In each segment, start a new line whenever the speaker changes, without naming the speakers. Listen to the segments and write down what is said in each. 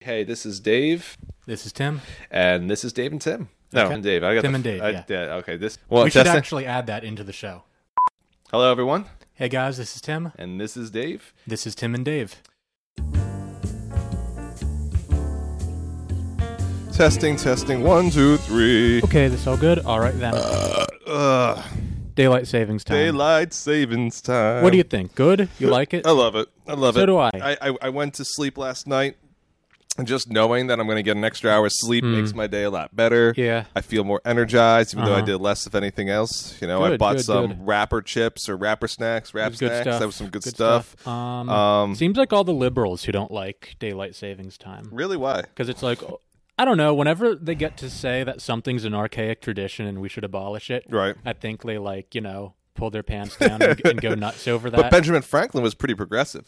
Hey, this is Dave,
This is Tim.
and this is Dave and Tim. No,
Okay.
and Dave. I got
Tim
the-
and Dave,
I-
yeah.
Okay. This. Well,
we should
testing.
actually add that into the show.
Hello, everyone,
Hey guys, this is Tim.
and this is Dave.
This is Tim and Dave.
Testing, testing. One, two, three.
Okay, this all good. All right then.
Ugh.
Daylight savings time.
Uh, Daylight savings time.
What do you think? Good? You like it?
I love it. I love
So
it.
do I.
I, I. I went to sleep last night, and just knowing that I'm going to get an extra hour's sleep makes my day a lot better.
Hmm. Yeah.
I feel more energized, even though I
Uh-huh.
did less of anything else. You know, I
Good,
bought
good,
some
good.
wrapper chips or wrapper snacks, wrap
was good
snacks.
stuff.
That was some good,
Good
stuff.
Um,
Um,
seems like all the liberals who don't like daylight savings time
Really, why?
because it's like I don't know. Whenever they get to say that something's an archaic tradition and we should abolish it,
Right.
I think they like you know pull their pants down and, and go nuts over that
But Benjamin Franklin was pretty progressive.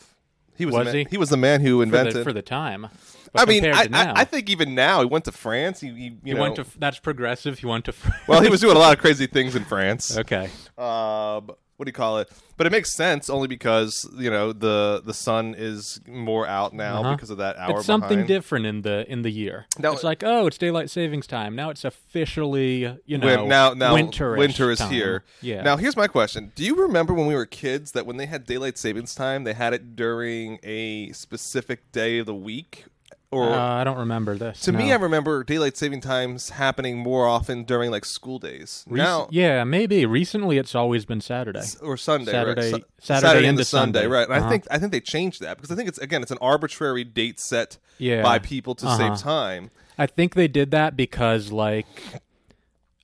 He was, the
Was
man,
he?
was the man who
for,
invented.
the, for the time. But
I mean,
compared
I,
to
I,
now,
I think even now he went to France. He, he, you
he
know,
went to that's progressive. He went to
well, he was doing a lot of crazy things in France.
okay.
Um, what do you call it? But it makes sense only because you know the the sun is more out now
Uh-huh.
because of that hour.
It's something
behind.
different in the in the year.
Now-
it's like, oh, it's daylight savings time. Now it's officially, you know,
Win- now, now
winterish
winter is
time.
here.
Yeah.
Now, here's my question: Do you remember when we were kids that when they had daylight savings time, they had it during a specific day of the week, or
uh, I don't remember this.
To me,
no.
I remember daylight saving times happening more often during like school days.
Rec-
now
yeah, maybe recently it's always been Saturday.
or Sunday,
Saturday-
right? Su-
Saturday into
Sunday,
Sunday.
right? And I
Uh-huh.
think I think they changed that because I think it's again it's an arbitrary date set
Yeah.
by people to
Uh-huh.
save time.
I think they did that because, like,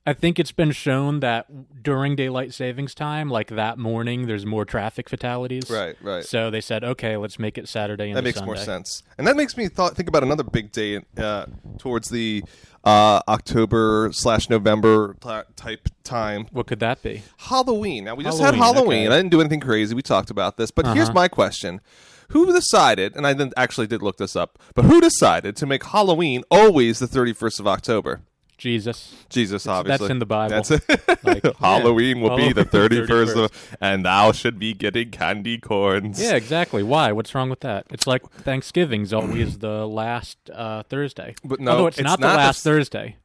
I think it's been shown that during daylight savings time, like that morning, there's more traffic fatalities.
Right, right.
So they said, okay, let's make it Saturday.
that
into
makes more
Sunday.
sense, and that makes me thought, think about another big day uh, towards the uh, October slash November pla- type time
What could that be?
Halloween. Now we just had
Halloween,
Halloween.
okay. Uh-huh.
I didn't do anything crazy. We talked about this, but here's my question: Who decided? And I then actually did look this up. But who decided to make Halloween always the 31st of October?
Jesus.
Jesus, obviously.
in the Bible.
That's it.
Like, yeah.
Halloween will be the
Halloween,
31st, of, and thou should be getting candy corns.
Yeah, exactly. Why? What's wrong with that? It's like Thanksgiving's always the last uh, Thursday.
But no,
although it's,
it's
not,
not
the last
this-
Thursday.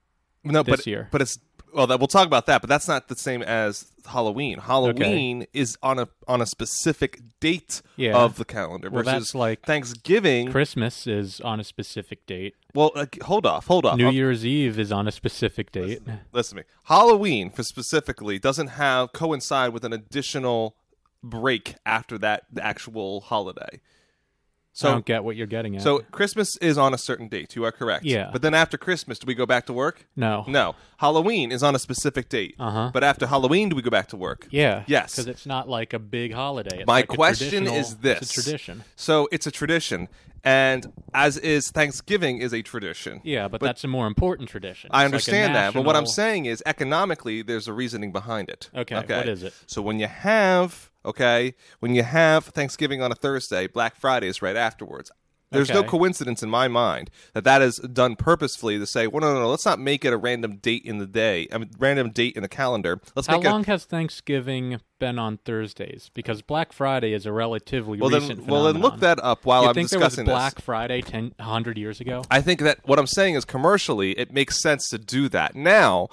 no, but,
this year.
But it's well, that, we'll talk about that. But that's not the same as Halloween. Halloween is on a on a specific date
Yeah.
of the calendar
Well,
versus
that's like-
Thanksgiving.
Christmas is on a specific date.
well, uh, hold off, hold off.
New
I'm-
Year's Eve is on a specific date.
listen to me. Halloween, for specifically, doesn't have coincide with an additional break after that the actual holiday.
I
So,
don't get what you're getting at.
so Christmas is on a certain date. You are correct.
Yeah.
But then after Christmas, do we go back to work?
no.
No. Halloween is on a specific date.
Uh-huh.
But after Halloween, do we go back to work?
Yeah.
Yes.
Because it's not like a big holiday. It's
My
like a
question
traditional-
is this:
It's a tradition.
So it's a tradition, and as is Thanksgiving is a tradition.
Yeah, but, that's a more important tradition.
I
It's like a
understand that, but what I'm
national-
saying is economically, there's a reasoning behind it.
Okay, what is it?
So when you have okay, when you have Thanksgiving on a Thursday, Black Friday is right afterwards. There's no
Okay.
coincidence in my mind that that is done purposefully to say, well, no, no, no, let's not make it a random date in the day, a random date in the calendar. Let's
How
make
long has Thanksgiving been on Thursdays? Because Black Friday is a relatively
it. Well
recent
then, well then, look
phenomenon.
that up while
you
Oh, I'm
think there was
discussing this.
Black Friday 10, 100 years ago?
I think that what I'm saying is commercially, it makes sense to do that. Now,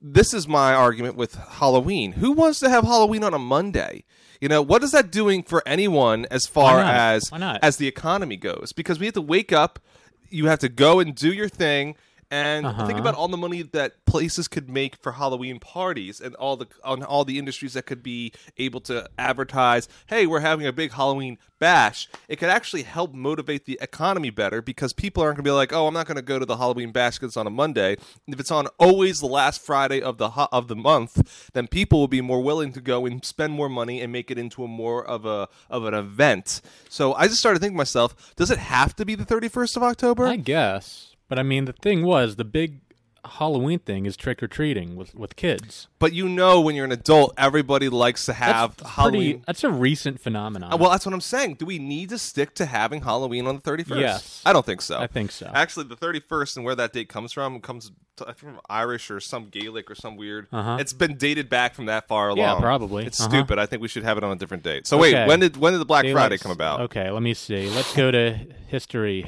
this is my argument with Halloween. Who wants to have Halloween on a Monday? You know, what is that doing for anyone as far
Why not?
as
Why not?
as the economy goes? Because we have to wake up, you have to go and do your thing. And
Uh-huh.
think about all the money that places could make for Halloween parties, and all the on all the industries that could be able to advertise. Hey, we're having a big Halloween bash. It could actually help motivate the economy better because people aren't going to be like, oh, I'm not going to go to the Halloween bash because it's on a Monday. If it's on always the last Friday of the ho- of the month, then people will be more willing to go and spend more money and make it into a more of a of an event. So I just started thinking to myself, does it have to be the 31st of October?
I guess. But I mean, the thing was, the big Halloween thing is trick or treating with, with kids.
But you know, when you're an adult, everybody likes to have Halloween.
Pretty, that's a recent phenomenon.
Uh, Well, that's what I'm saying. Do we need to stick to having Halloween on the 31st?
Yes.
I don't think so.
I think so.
Actually, the 31st and where that date comes from comes I think from Irish or some Gaelic or some weird.
Uh-huh.
It's been dated back from that far along.
Yeah, probably.
It's
Uh-huh.
stupid. I think we should have it on a different date. So
Okay.
wait, when did when did the Black
Daylight
Friday
s-
come about?
Okay, let me see. Let's go to history, history,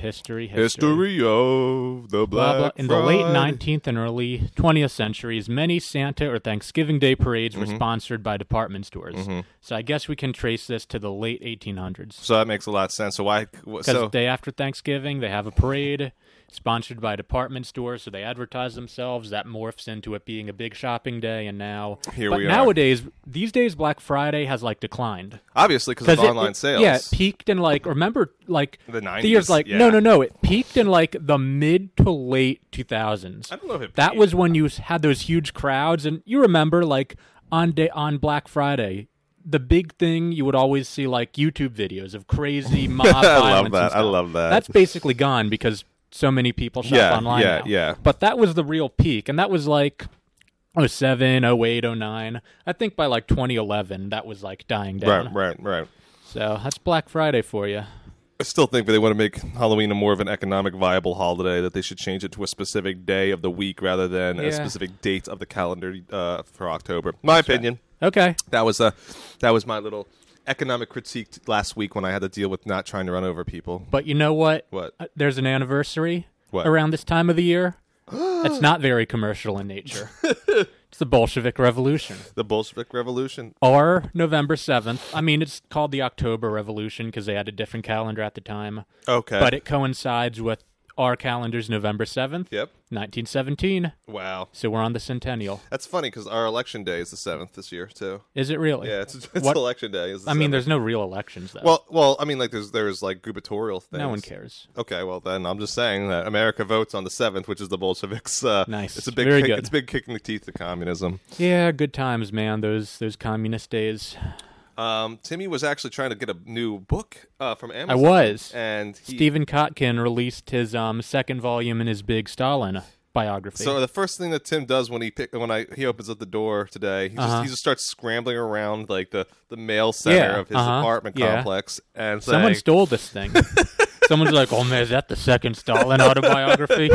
history.
History of the
Blah,
Black
blah. In the late
Friday.
19th and early 20th centuries, many Santa or Thanksgiving Day parades
Mm-hmm.
were sponsored by department stores. So I guess we can trace this to the late 1800s.
So that makes a lot of sense. So why? wh-
Because
So
day after Thanksgiving, they have a parade sponsored by department stores, so they advertise themselves. That morphs into it being a big shopping day, and now
Here
but
we are.
nowadays, these days, Black Friday has like declined
obviously because of
it-
online
it-
sales.
Yeah, it peaked in like remember like
The 90s,
years like
yeah.
no no no it peaked in like the mid to late two thousands.
I don't know if it
That
peaked.
was when you had those huge crowds, and you remember like on day on Black Friday. The big thing you would always see like YouTube videos of crazy mob
I love
violence and
that. I
stuff.
love that.
That's basically gone because so many people shop
Yeah,
online.
yeah,
now.
yeah.
But that was the real peak, and that was like 07, 08, 09. I think by like 2011, that was like dying down.
Right, right, right.
So that's Black Friday for you.
I still think that they want to make Halloween a more of an economic viable holiday. That they should change it to a specific day of the week rather than
Yeah.
a specific date of the calendar uh, for October. My opinion.
Okay.
That was a that was my little economic critique t- last week when I had to deal with not trying to run over people.
But you know what?
What?
Uh, There's an anniversary
What?
around this time of the year. It's not very commercial in nature. it's the Bolshevik Revolution.
The Bolshevik Revolution.
Or November 7th. I mean, it's called the October Revolution because they had a different calendar at the time.
Okay.
But it coincides with our calendar's November 7th,
yep.
1917.
Wow.
So we're on the centennial.
That's funny because our election day is the seventh this year too.
Is it really?
Yeah, it's, it's
What-
election day. Is the
I mean,
7th.
there's no real elections, though.
well, well, I mean, like there's there's like gubernatorial things.
no one cares.
Okay, well then I'm just saying that America votes on the seventh, which is the Bolsheviks. Uh,
Nice.
It's a big
Very
kick,
good.
it's a big kick in the teeth to communism.
Yeah, good times, man. Those those communist days.
Um, Timmy was actually trying to get a new book uh, from Amazon.
I was.
and he,
Stephen Kotkin released his um, second volume in his Big Stalin biography.
So the first thing that Tim does when he pick, when I he opens up the door today, he, just, he just starts scrambling around like the, the mail center
Uh-huh. Yeah,
of his
uh-huh,
apartment
yeah.
complex and
Someone
saying,
stole this thing. Someone's like, "Oh man, is that the second Stalin autobiography?"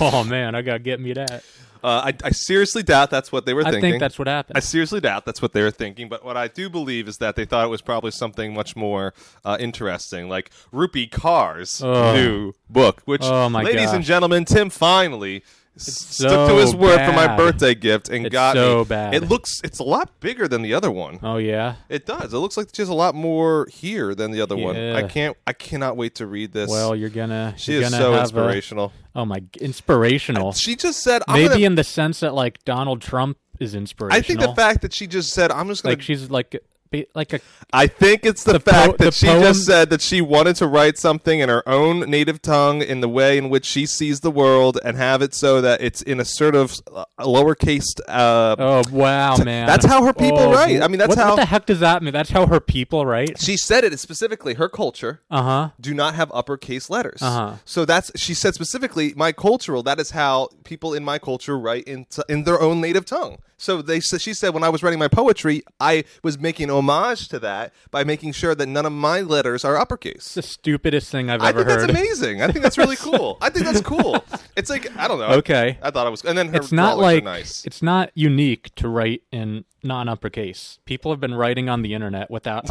oh man, I gotta get me that.
uh, I, I seriously doubt that's what they were
I
thinking.
think that's what happened.
I seriously doubt that's what they were thinking, but what I do believe is that they thought it was probably something much more uh, interesting, like Rupee Carr's
Oh.
new book, which,
Oh, my
ladies and
gosh.
gentlemen, Tim finally s-
so
stuck to his word for my
bad.
birthday gift and
It's
got
so
me.
bad.
It looks, it's a lot bigger than the other one.
oh yeah.
It does. It looks like she has a lot more here than the other one.
Yeah.
I can't. I cannot wait to read this.
Well, you're gonna.
she
you're
is
gonna
so
have a-
inspirational.
oh my, inspirational.
She just said, I'm
Maybe
gonna,
in the sense that like Donald Trump is inspirational.
I think the fact that she just said, "I'm just gonna."
like she's like be- like a
I think it's the,
po-
fact
the
that she
poem-
just said that she wanted to write something in her own native tongue, in the way in which she sees the world, and have it so that it's in a sort of uh, lowercase. Uh,
oh wow man.
that's how her people
Oh,
write. I mean, that's
what,
how-
What the heck does that mean? That's how her people write.
She said it specifically. Her culture.
Uh huh.
do not have uppercase letters.
Uh-huh.
So that's she said specifically my cultural. That is how people in my culture write in t- in their own native tongue. So they sa- she said when I was writing my poetry, I was making homage to that by making sure that none of my letters are uppercase.
the stupidest thing I've
I
ever
think
heard.
that's amazing. I think that's really cool. I think that's cool. It's like I don't know.
Okay.
I thought it was, and then her
It's not
drawings are
like
nice.
it's not unique to write in non-uppercase. People have been writing on the internet without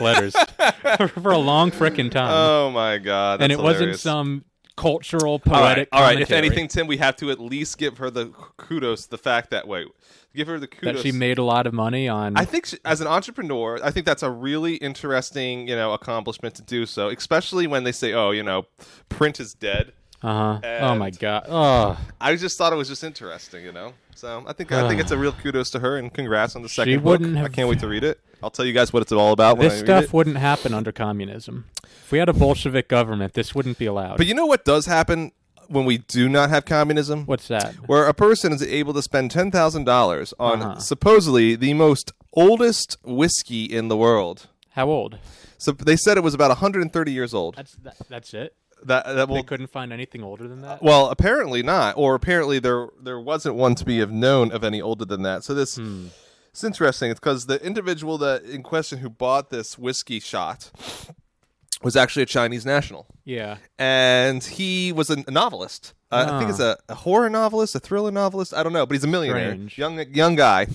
letters for a long frickin' time,
Oh my god!
and it
that's
wasn't
hilarious.
some cultural
All right,
poetic.
all right. If
commentary
anything, Tim, we have to at least give her the kudos. The fact that wait, give her the kudos
that she made a lot of money on.
I think sh as an entrepreneur, I think that's a really interesting, you know, accomplishment to do so, especially when they say, "Oh, you know, print is dead."
uh huh. Oh my
and-
god. Oh,
I just thought it was just interesting, you know. So I think I think it's a real kudos to her, and congrats on the second
wouldn't
book. I
have-
can't wait to read it. I'll tell you guys what it's all about when I
this
read
stuff
it.
wouldn't happen under communism. If we had a Bolshevik government, this wouldn't be allowed.
But you know what does happen when we do not have communism?
What's that?
where a person is able to spend ten thousand dollars on
Uh-huh.
supposedly the most oldest whiskey in the world.
How old?
So they said it was about 130 years old.
That's that, that's it.
That that
They
will
couldn't find anything older than that.
Well, apparently not, or apparently there there wasn't one to be of known of any older than that. So this it's interesting. It's because the individual that in question who bought this whiskey shot was actually a Chinese national,
yeah.
and he was a, a novelist. Uh, I think it's
Ah.
a, a horror novelist, a thriller novelist. I don't know, but he's a millionaire,
Strange. Uh-huh.
young young guy,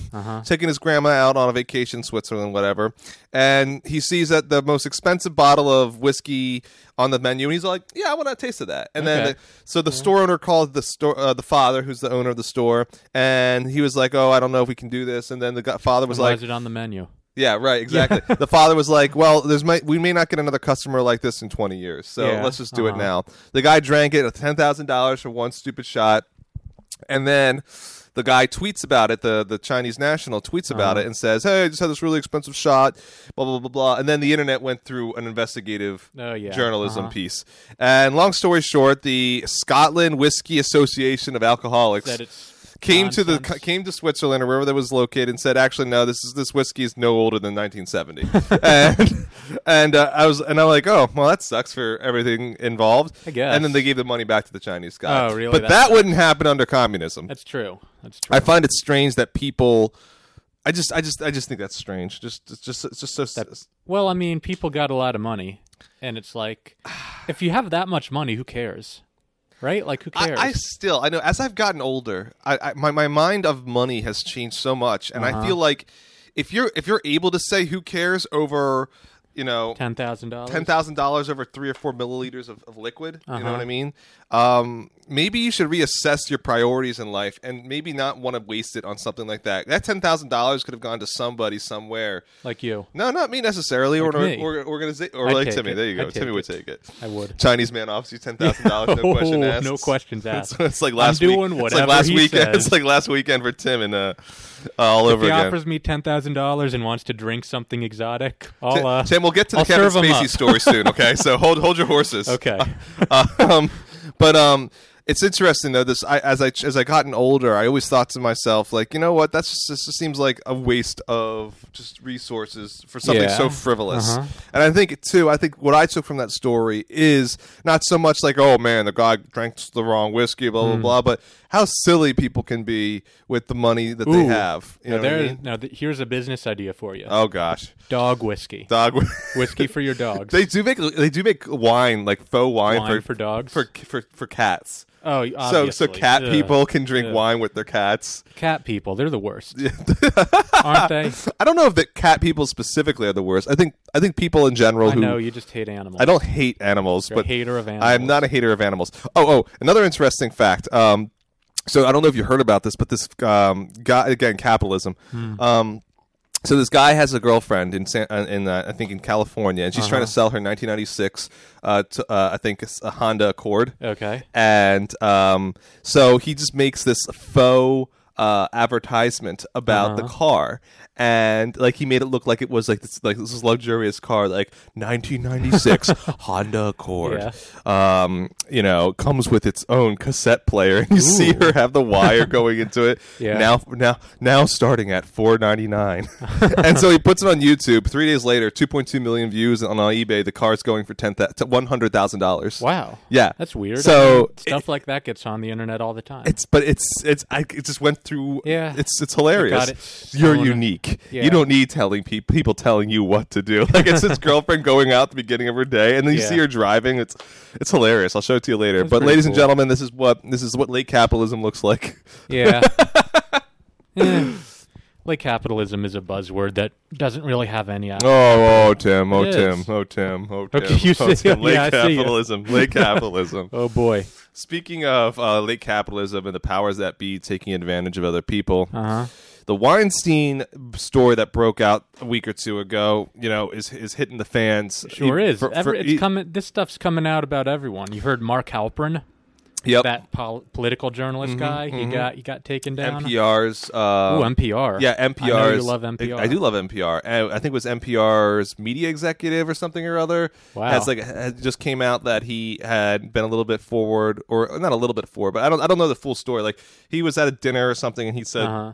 taking his grandma out on a vacation, in Switzerland, whatever. And he sees that the most expensive bottle of whiskey on the menu, and he's like, "Yeah, I want a taste of that." And then,
Okay.
the, so the store owner called the store, uh, the father, who's the owner of the store, and he was like, "Oh, I don't know if we can do this." And then the gu- father was
Why
like,
is it on the menu?
yeah, right, exactly. the father was like, "Well, there's might we may not get another customer like this in 20 years, so
Yeah,
let's just do it
uh-huh.
now." The guy drank it, ten thousand dollars for one stupid shot, and then the guy tweets about it. the The Chinese national tweets about
Uh-huh.
it and says, "Hey, I just had this really expensive shot, blah blah blah blah." And then the internet went through an investigative
Oh, yeah,
journalism
uh-huh.
piece. And long story short, the Scotland Whiskey Association of Alcoholics
Uh-huh. That it's
came to the
nonsense.
came to Switzerland or wherever that was located and said, actually, no, this is this whiskey is no older than 1970. and and uh, I was and I'm like, oh, well, that sucks for everything involved.
I guess.
And then they gave the money back to the Chinese guy.
Oh, really?
But that,
That's-
wouldn't happen under communism.
That's true. That's true.
I find it strange that people. I just, I just, I just think that's strange. Just, it's just, it's just so.
well, I mean, people got a lot of money, and it's like, if you have that much money, who cares, right? Like, who
I,
cares?
I still, I know, as I've gotten older, I, I my, my mind of money has changed so much, and
Uh-huh.
I feel like if you're if you're able to say who cares over, you know,
Ten thousand dollars.
ten thousand dollars over three or four milliliters of, of liquid. You know
Uh-huh.
what I mean? Um, maybe you should reassess your priorities in life and maybe not want to waste it on something like that. That ten thousand dollars could have gone to somebody somewhere.
Like you,
No, not me necessarily, or
Like me.
or, or organization, or
I'd
like
take
Timmy.
it.
There you go.
I'd
Timmy
take
would
it.
take it.
I would.
Chinese man offers you ten thousand dollars, no question
Oh,
asked.
no questions asked.
It's, it's like last
I'm
week.
doing
it's like
whatever
last
he
weekend.
says.
It's like last weekend for Tim and uh, all over
If he
again.
offers me ten thousand dollars and wants to drink something exotic, I'll
Tim,
uh,
Tim, we'll get to the
I'll
Kevin
serve 'em
Spacey
up.
story soon. Okay, so hold hold your horses.
Okay.
Uh, um, but um, it's interesting though. This I, as I as I gotten older, I always thought to myself, like, you know what? That's just, this just seems like a waste of just resources for something
Yeah. Uh-huh.
so frivolous. And I think too. I think what I took from that story is not so much like, oh man, the guy drank the wrong whiskey, blah
Hmm.
blah blah, but how silly people can be with the money that they
Ooh.
have. You know what I
there.
mean?
Now, th- here's a business idea for you:
Oh gosh,
dog whiskey,
dog.
whiskey for your dogs.
They do make they do make wine like faux wine, for,
wine for dogs.
for for for cats.
oh,
So
obviously.
so cat
Ugh.
people can drink
Ugh.
wine with their cats.
cat people, they're the worst, aren't they?
I don't know if that cat people specifically are the worst. I think I think people in general
I
who
know you just hate animals.
I don't hate animals,
You're a
but
hater of animals.
I'm not a hater of animals. Oh, oh, another interesting fact. Um, so I don't know if you heard about this, but this um, guy again, capitalism.
Hmm.
Um, so this guy has a girlfriend in San, uh, in uh, I think in California, and she's
Uh-huh.
trying to sell her 1996, uh, t- uh, I think it's a Honda Accord.
Okay.
and um, so he just makes this faux uh, advertisement about the
Uh-huh.
car, and like he made it look like it was like this like this luxurious car, like 1996 Honda Accord. Um, you know, comes with its own cassette player, and you see her have the wire going into it.
Yeah.
Now, now, now, starting at 4.99, and so he puts it on YouTube. Three days later, 2.2 million views, and on eBay, the car's going for ten one hundred thousand dollars.
Wow.
Yeah.
That's weird.
So,
I mean, stuff like that gets on the internet all the time.
It's but it's it's I, it just went through.
Yeah.
it's it's hilarious.
its
You're
own-
unique.
Yeah.
You don't need telling people people telling you what to do. Like it's his girlfriend going out at the beginning of her day, and then you
Yeah.
see her driving. It's it's hilarious. I'll show it to you later. but
pretty
ladies and
cool.
gentlemen, this is what this is what late capitalism looks like.
yeah. Eh. Like capitalism is a buzzword that doesn't really have any. app-
Oh, oh, Tim, oh,
It is.
Tim, oh, Tim, oh, Tim.
Okay, you
oh,
see-
Tim. Late
yeah, I see you.
capitalism, late capitalism.
Oh boy.
Speaking of uh, late capitalism and the powers that be taking advantage of other people,
Uh huh.
the Weinstein story that broke out a week or two ago, you know, is is hitting the fans.
Sure
E-
is.
for-
Every-
for-
it's
e-
coming. This stuff's coming out about everyone. You heard Mark Halperin,
Yep. Mm-hmm,
that pol- political journalist guy. He got he got taken down.
NPR's. Uh,
Ooh, NPR.
Yeah,
I know you
NPR's.
love NPR.
I do love NPR. And I think it was NPR's media executive or something or other.
Wow.
Has like has just came out that he had been a little bit forward, or not a little bit forward, but I don't I don't know the full story. Like he was at a dinner or something, and he said
Uh-huh.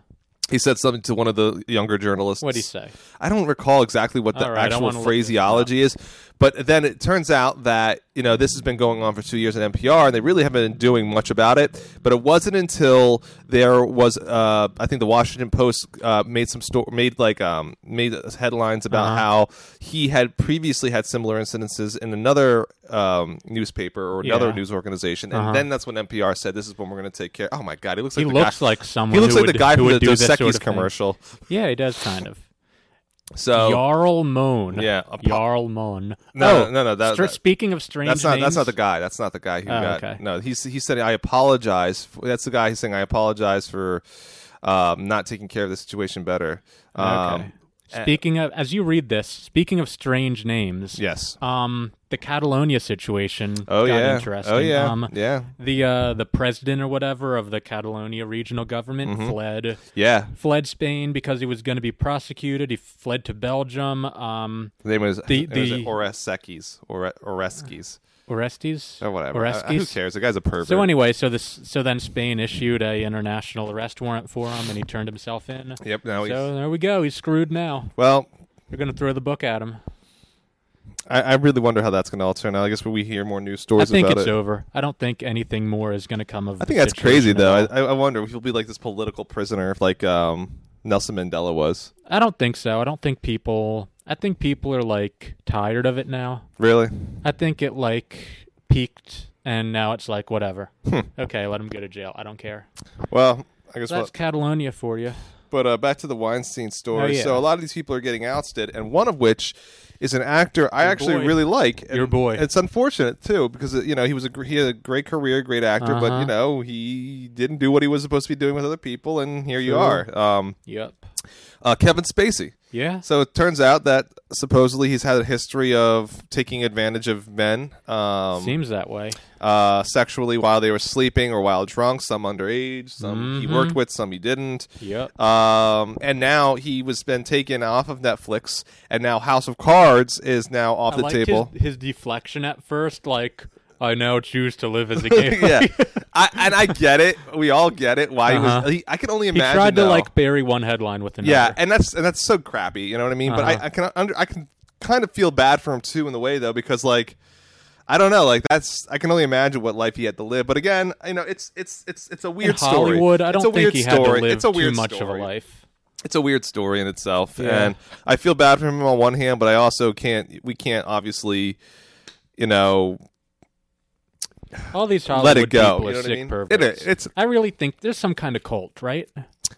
he said something to one of the younger journalists.
What'd he say?
I don't recall exactly what the
All right, I
actual
wanna look this
phraseology is, But then it turns out that you know this has been going on for two years at NPR, and they really haven't been doing much about it. But it wasn't until there was, uh, I think, the Washington Post uh, made some sto- made like um, made headlines about
Uh-huh.
how he had previously had similar incidences in another um, newspaper or another
Yeah.
news organization, and
Uh-huh.
then that's when NPR said, "This is when we're going to take care." Oh my god, he looks
He
like the
looks
guy.
like someone.
he looks
who
like
would,
the guy
who
from the
would do this
Dos
sort of thing.
commercial.
Yeah, he does kind of.
So
Jarl Moan.
Yeah, a po-
Jarl Moan.
No,
oh,
no, no, that-
str-
that-
speaking of strange
That's not.
names,
That's not the guy. That's not the guy who
Oh,
got.
okay.
No, he's he said I apologize. For, that's the guy who's saying I apologize for um, not taking care of the situation better. Um,
Okay. Speaking of, as you read this, speaking of strange names,
Yes.
um, the Catalonia situation
Oh
got
yeah.
interesting.
Oh yeah.
Um,
yeah.
the uh, the president or whatever of the Catalonia regional government
Mm-hmm.
fled
Yeah.
fled Spain because he was going to be prosecuted. He fled to Belgium. Um,
The name was
The-
it was
the-
Oresekis or Oreskes
Orestes
or whatever. I- I- who
Orestes.
cares? The guy's a pervert.
So anyway, so this so then Spain issued a international arrest warrant for him, and he turned himself in.
Yep. Now
So
Oh, he's
there we go. He's screwed now.
well.
They're going to throw the book at him.
I, I really wonder how that's going to all turn out. I guess when we hear more news
I
stories
think
about
it's
it.
over. I don't think anything more is going to come of.
I think that's crazy though. I, I I wonder if he'll be like this political prisoner, like um, Nelson Mandela was.
I don't think so. I don't think people. I think people are like tired of it now.
Really?
I think it like peaked, and now it's like whatever.
Hmm.
Okay, let him go to jail. I don't care.
Well, I guess
That's
what.
Catalonia for you.
But uh, back to the Weinstein story.
Oh, yeah.
So a lot of these people are getting ousted, and one of which is an actor I
Your
actually
boy.
really like. And
Your boy.
It's unfortunate too because uh, you know he was a gr- he had a great career, great actor, but
Uh-huh.
you know he didn't do what he was supposed to be doing with other people, and here you
True.
are, um,
Yep.
uh, Kevin Spacey.
Yeah.
So it turns out that supposedly he's had a history of taking advantage of men. Um,
Seems that way.
uh, sexually while they were sleeping or while drunk, some underage, some he
Mhm.
worked with, some he didn't.
Yep.
Um, and now he was been taken off of Netflix, and now House of Cards is now off
I
the
liked
table.
His, his deflection at first, like I now choose to live as a gay.
yeah, I, and I get it. We all get it. Why he
Uh-huh.
was? He, I can only
he
imagine.
tried to
though.
like bury one headline with another.
Yeah, and that's and that's so crappy. You know what I mean? But
Uh-huh.
I, I can under I can kind of feel bad for him too in the way though because like I don't know like that's I can only imagine what life he had to live. But again, you know it's it's it's it's a weird
in Hollywood,
story.
I
It's
don't
a
think
weird
he had
story.
to live
it's a weird
too much
story.
of a life.
It's a weird story in itself,
Yeah.
and I feel bad for him on one hand, but I also can't. We can't obviously. You know,
All these Hollywood
let it go.
people
You
are
know what
sick
I mean? It-
perverts.
it's.
I really think there's some kind of cult, right?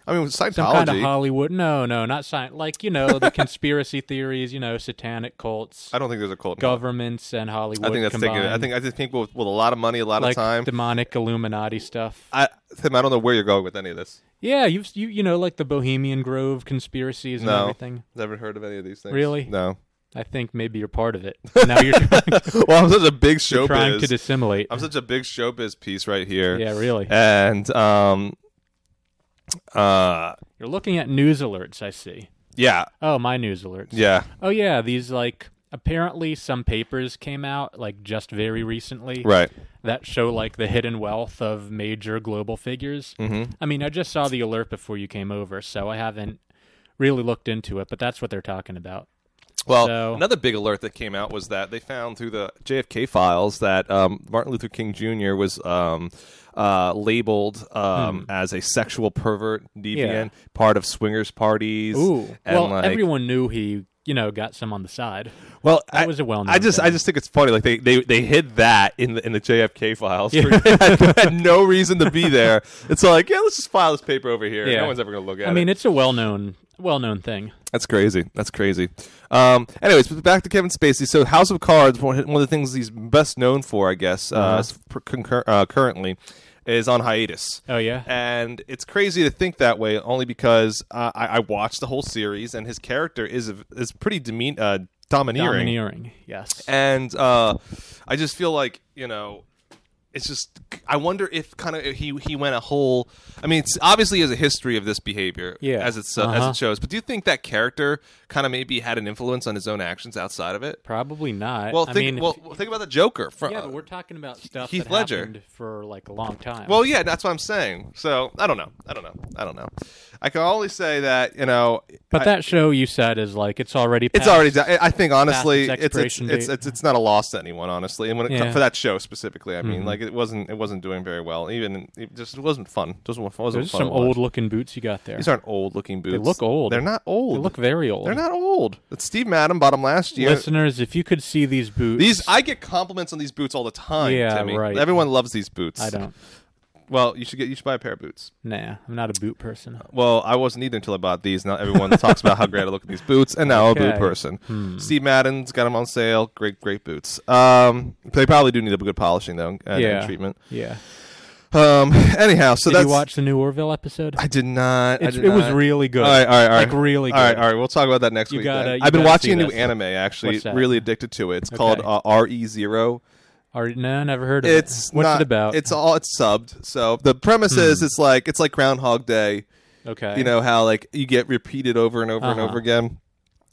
I mean,
Some
psychology.
kind of Hollywood. No, no, not science. Like you know the conspiracy theories. You know, satanic cults,
I don't think there's a cult.
governments, and Hollywood.
I think that's
combined.
taking. I think I just think people with, with a lot of money, a lot
like
of time.
demonic Illuminati stuff.
I, Tim, I don't know where you're going with any of this.
yeah, you've you you know like the Bohemian Grove conspiracies and
No.
everything.
Never heard of any of these things.
Really?
No.
I think maybe you're part of it. Now you're trying,
well, I'm such a big showbiz.
trying to dissimilate.
I'm such a big showbiz piece right here.
Yeah, really.
And um, uh,
You're looking at news alerts. I see.
yeah,
Oh, my news alerts.
yeah,
Oh yeah, these like apparently some papers came out like just very recently
right.
that show like the hidden wealth of major global figures.
Mhm.
I mean, I just saw the alert before you came over, so I haven't really looked into it, but that's what they're talking about.
Well,
So-
another big alert that came out was that they found through the JFK files that um, Martin Luther King Jr. was um, uh, labeled
Hmm.
um, as a sexual pervert, deviant, part of swingers parties. and
well,
like,
everyone knew he, you know, got some on the side.
Well,
That
I,
was a well-known
I just, I
thing.
just think it's funny. Like they, they, they hid that in the in the JFK files.
Yeah.
They had, had no reason to be there. It's like, yeah, let's just file this paper over here.
Yeah.
No one's ever gonna look at
I mean,
it.
it's a well-known well-known thing.
That's crazy. That's crazy. Um, anyways, but back to Kevin Spacey. So House of Cards, one one of the things he's best known for, I guess,
Uh-huh.
uh, s- per- concur- uh, currently, is on hiatus.
Oh yeah.
And it's crazy to think that way, only because uh, I, I watched the whole series, and his character is is pretty demean- uh, domineering.
Domineering. Yes.
And uh, I just feel like, you know, it's just I wonder if kind of he he went a whole. I mean, it's obviously has a history of this behavior,
Yeah. Uh-huh.
as it's uh, as it shows. But do you think that character kind of maybe had an influence on his own actions outside of it?
Probably not.
Well,
I
think
mean,
well think about the Joker. From,
yeah, but we're talking about stuff
Heath
that
Ledger.
happened for like a long time.
Well, yeah, that's what I'm saying. So I don't know. I don't know. I don't know. I can only say that you know.
but
I-
that show you said is like it's already.
it's
past-
already done. I I think honestly,
its
it's it's,
expiration
it's
date.
it's it's not a loss to anyone. Honestly, and when it, co-
Yeah. Mm-hmm.
for that show specifically, I mean, like it wasn't it wasn't doing very well. Even it just wasn't fun. Just wasn't, wasn't
There's
fun
some
to watch.
old looking boots you got there.
These aren't old looking boots.
look old.
They're not old.
they look very old.
They're not old. It's Steve Madden bought them last year.
Listeners, if you could see these boots,
These I get compliments on these boots all the time.
Yeah,
Timmy.
right.
Everyone loves these boots.
I don't.
Well, you should get you should buy a pair of boots.
Nah, I'm not a boot person.
Well, I wasn't either until I bought these. Now everyone talks about how great I look at these boots, and now I'm a
Okay. Hmm.
boot person. Steve Madden's got them on sale. Great, great boots. Um, they probably do need a good polishing though, and,
Yeah.
treatment.
Yeah.
Um, anyhow, so
Did
that's
you watch the new Orville episode?
I did not. I
It's-
did
it was
not.
really good.
All right, all right, all right.
Like, really
All right,
good.
all right. We'll talk about that next
You
week.
gotta-
then.
you
I've been
gotta
watching a
see
new
this.
anime actually.
What's that?
Really addicted to it. It's called
Okay.
uh, RE Zero.
Or, nah, never heard of
It's
it. What's
not-
it about? Hmm.
It's all it's subbed. So the premise is it's like it's like Groundhog Day.
okay.
You know how like you get repeated over and over and
Uh-huh.
over again.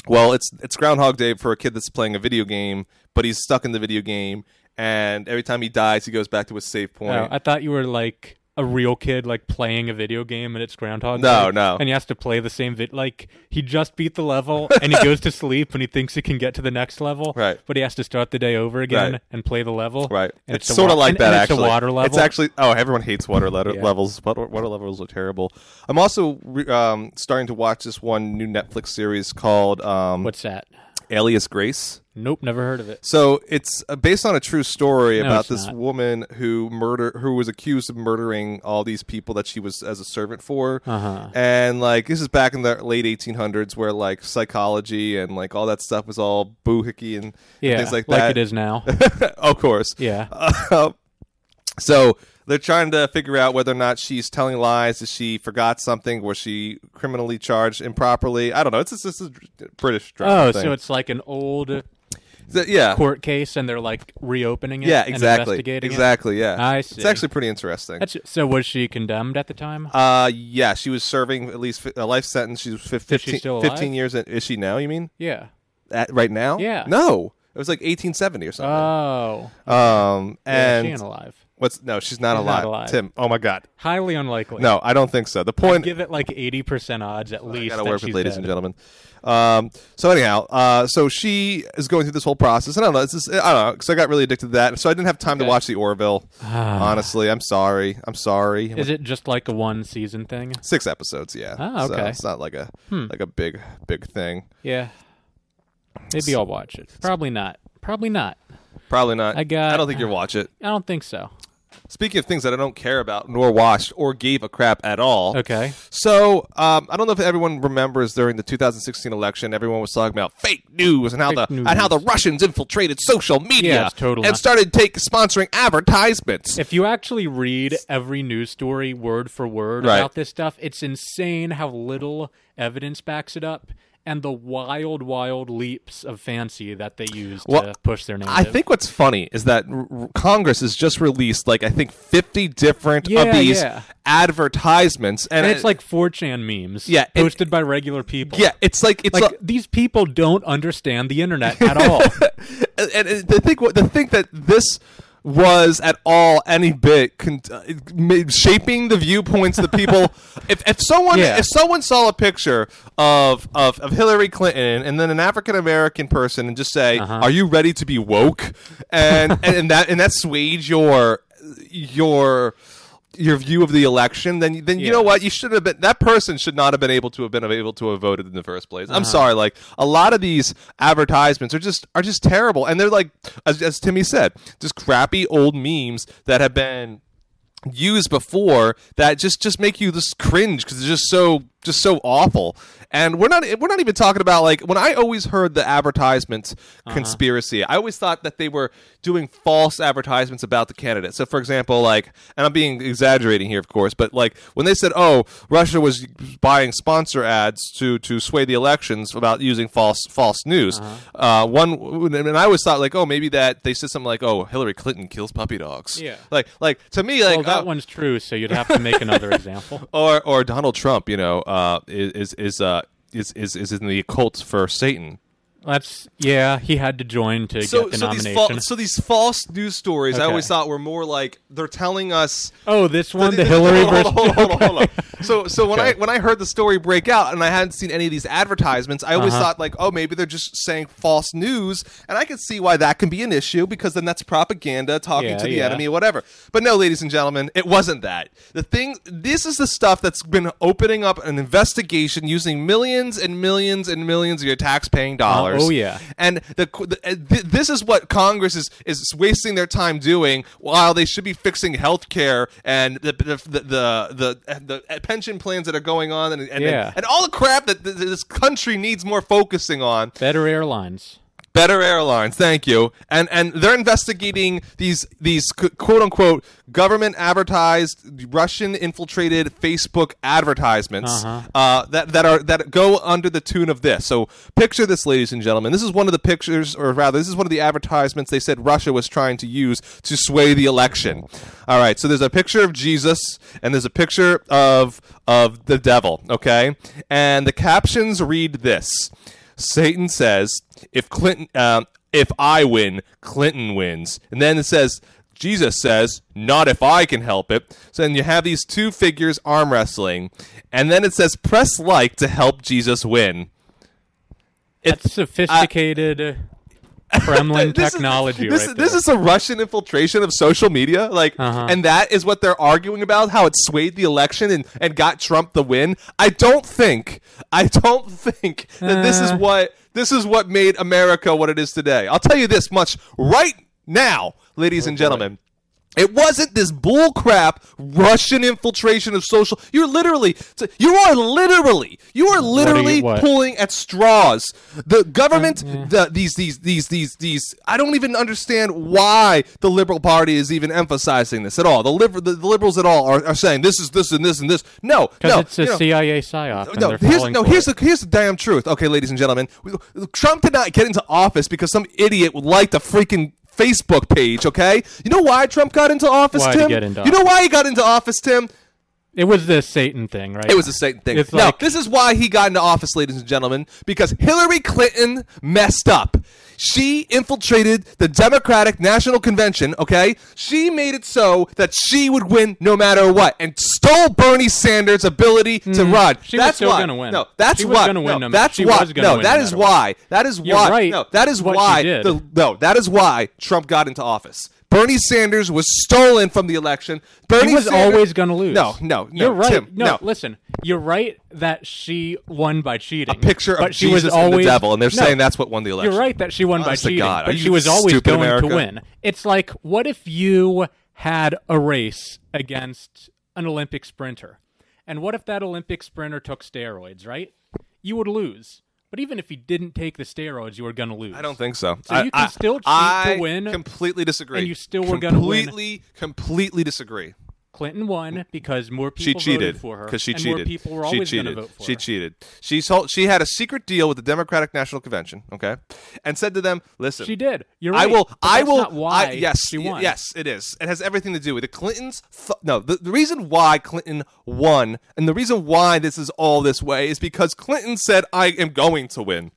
Well, it's it's Groundhog Day for a kid that's playing a video game, but he's stuck in the video game, and every time he dies, he goes back to his save point.
Oh, I thought you were like a real kid, like playing a video game, and it's Groundhog.
No,
Day,
no.
and he has to play the same vid. Like he just beat the level, and he goes to sleep, and he thinks he can get to the next level,
Right.
But he has to start the day over again
Right.
and play the level,
Right.
And
it's
a
sort of
wa-
like
and-
that,
and
actually.
It's a water level.
It's actually, oh, everyone hates water le-
Yeah.
levels. Water, water levels are terrible. I'm also re- um, starting to watch this one new Netflix series called um,
What's that?
Alias Grace.
Nope, never heard of it.
So it's uh, based on a true story
No,
about
it's
this
not.
woman who murder who was accused of murdering all these people that she was as a servant for.
Uh-huh.
And like this is back in the late 1800s where like psychology and like all that stuff was all boohickey and, and
Yeah,
things like that.
it is now.
of course.
Yeah,
Uh, so they're trying to figure out whether or not she's telling lies. Is she forgot something? Was she criminally charged improperly? I don't know. It's just, it's a British drama.
Oh,
thing.
so it's like an old
So- yeah,
court case, and they're like reopening it.
yeah,
and
exactly,
investigating it?
exactly. Yeah,
I
It's
see.
actually pretty interesting.
That's, so was she condemned at the time?
uh, yeah, she was serving at least fi- a life sentence. She was fif- 15,
still alive?
15 years. In, is she now? You mean
yeah.
at, right now?
Yeah.
No, it was like 1870 or something.
Oh,
um,
yeah,
and
she ain't alive.
what's no? She's not
She's
alive.
not alive.
Tim. Oh my God.
Highly unlikely.
No, I don't think so. The point
give it like eighty percent odds at least.
gotta
that
work with
she's
ladies
dead.
and gentlemen. Um, so anyhow, uh, so she is going through this whole process. I don't know. It's just, I don't know because I got really addicted to that, so I didn't have time to
Okay.
watch the Orville.
Ah.
Honestly, I'm sorry. I'm sorry.
Is it just like a one season thing?
Six episodes, yeah.
Ah,
So
okay. Hmm.
it's not like a like a big big thing.
Yeah. Maybe I'll watch it. Probably not. Probably not.
Probably not.
I got-
I don't think you'll watch it.
I don't think so.
Speaking of things that I don't care about, nor watched, or gave a crap at all.
Okay.
So um, I don't know if everyone remembers during the 2016 election, everyone was talking about fake news and how
Fake
the
news.
and how the Russians infiltrated social media
Yeah, it's total
and
nonsense.
started take sponsoring advertisements.
If you actually read every news story word for word
Right.
about this stuff, it's insane how little evidence backs it up and the wild, wild leaps of fancy that they use
Well,
to push their narrative.
I think what's funny is that r- r- Congress has just released like I think 50 different of
Yeah,
these
yeah.
advertisements, and,
and it's
it-
like 4chan memes
Yeah, it-
posted by regular people.
yeah, it's like it's
Like
like,
these people don't understand the internet at all.
and, and, and the thing the thing that this was at all any bit con- uh, ma- shaping the viewpoints of the people if, if someone
Yeah.
if someone saw a picture of of, of Hillary Clinton and then an African American person and just say are you ready to be woke and, and and that and that swayed your your your view of the election then then you know
Yeah.
what you should have been that person should not have been able to have been able to have voted in the first place i'm sorry like a lot of these advertisements are just are just terrible and they're like as, as timmy said just crappy old memes that have been used before that just just make you just cringe because they're just so just so awful. And we're not we're not even talking about like when I always heard the advertisements conspiracy. I always thought that they were doing false advertisements about the candidate. So for example, like and I'm being exaggerating here of course, but like when they said, "Oh, Russia was buying sponsor ads to to sway the elections about using false false news." uh one and I always thought like, "Oh, maybe that they said something like, "Oh, Hillary Clinton kills puppy dogs."
Yeah.
Like like to me like
well, that
oh,
one's true, so you'd have to make another example.
or or Donald Trump, you know, uh, is is uh, is is is in the cult for Satan.
That's yeah. He had to join to
So
get the
so these
nomination.
false so these false news stories, I
Okay.
always thought were more like they're telling us.
oh, this one, the,
Hold on,
Hillary
hold
versus.
on, hold on, hold on, hold on. So so when I
Okay.
when I heard the story break out and I hadn't seen any of these advertisements, I always
Uh-huh.
thought like, oh, maybe they're just saying false news, and I could see why that can be an issue because then that's propaganda talking
Yeah,
to the
yeah.
enemy, whatever. But no, ladies and gentlemen, it wasn't that. The thing, this is the stuff that's been opening up an investigation using millions and millions and millions of your tax-paying dollars.
oh, yeah.
and the, the uh, th- this is what Congress is is wasting their time doing, while they should be fixing health care and the the the the, the, the pension plans that are going on, and and,
Yeah.
and, all the crap that th- this country needs more focusing on.
Better airlines.
Better Airlines, thank you. And and they're investigating these these qu- quote unquote government advertised Russian infiltrated Facebook advertisements uh that that are that go under the tune of this. So picture this, ladies and gentlemen. This is one of the pictures, or rather, this is one of the advertisements they said Russia was trying to use to sway the election. All right, so there's a picture of Jesus and there's a picture of of the devil. Okay, and the captions read this. Satan says, "If Clinton, um, if I win, Clinton wins." And then it says, "Jesus says, not if I can help it." So then you have these two figures arm wrestling, and then it says, "Press like to help Jesus win."
That's uh, sophisticated Kremlin technology
Is, this,
right
this
there.
is a
Uh-huh.
Russian infiltration of social media, like, and that is what they're arguing about. How it swayed the election and, and got Trump the win. I don't think, I don't think that this is
Uh.
what this is what made America what it is today. I'll tell you this much right now, ladies
Oh,
and gentlemen. It wasn't this bullcrap Russian infiltration of social. You're literally, you are literally, you are literally
what?
pulling at straws. The government,
Mm-hmm.
the, these, these, these, these, these. I don't even understand why the Liberal Party is even emphasizing this at all. The, liber- the, the liberals at all are, are saying this is this and this and this. No,
Because
no,
it's a
you know,
CIA psyop. And
no,
they're
here's,
falling
no,
for
here's
it.
the here's the damn truth. Okay, ladies and gentlemen, we- Trump did not get into office because some idiot liked a freaking Facebook page. Okay, you know why Trump got into office,
Why to
Tim?
get into
you know why he got into office, Tim?
It was the Satan thing, right?
It was the same thing.
It's
no,
like-
this is why he got into office, ladies and gentlemen, because Hillary Clinton messed up. She infiltrated the Democratic National Convention, okay? She made it so that she would win no matter what and stole Bernie Sanders' ability to run.
Mm-hmm. She was
that's
still
why.
gonna win.
No, that's
She was
why.
gonna win
no,
no-
that's
she
why.
was gonna
no,
win
that
no
is
matter
why. That is
You're
why.
right.
No, that is
What she
why
did.
the no, that is why Trump got into office. Bernie Sanders was stolen from the election. Bernie
He was
Sanders-
always going to lose.
No, no, no.
You're right.
Tim,
no,
no,
listen. You're right that she won by cheating. A
picture of
but she
Jesus
was
and
always,
the devil, and they're
no,
saying that's what won the election.
You're right that she won by
Honest to
cheating,
God, are
but
you
she was always
stupid,
going
America?
to win. It's like, what if you had a race against an Olympic sprinter, and what if that Olympic sprinter took steroids? Right, you would lose. But even if he didn't take the steroids, you were going to lose.
I don't think so.
So
I,
you can
I-
still cheat to
I
win,
Completely disagree.
and you still were gonna win.
completely, completely disagree.
Clinton won because more
She
people
cheated
voted for her
because she
and
cheated.
More people were
she
always going to
cheated.
vote for
she
her.
cheated. She told, she had a secret deal with the Democratic National Convention. Okay, and said to them, "Listen,
She did. You're
I
right.
will.
But
I
that's
will.
Not why
I, yes.
she won.
Yes, it is. It has everything to do with the Clintons. Th- no, the, the reason why Clinton won and the reason why this is all this way is because Clinton said, "I am going to win."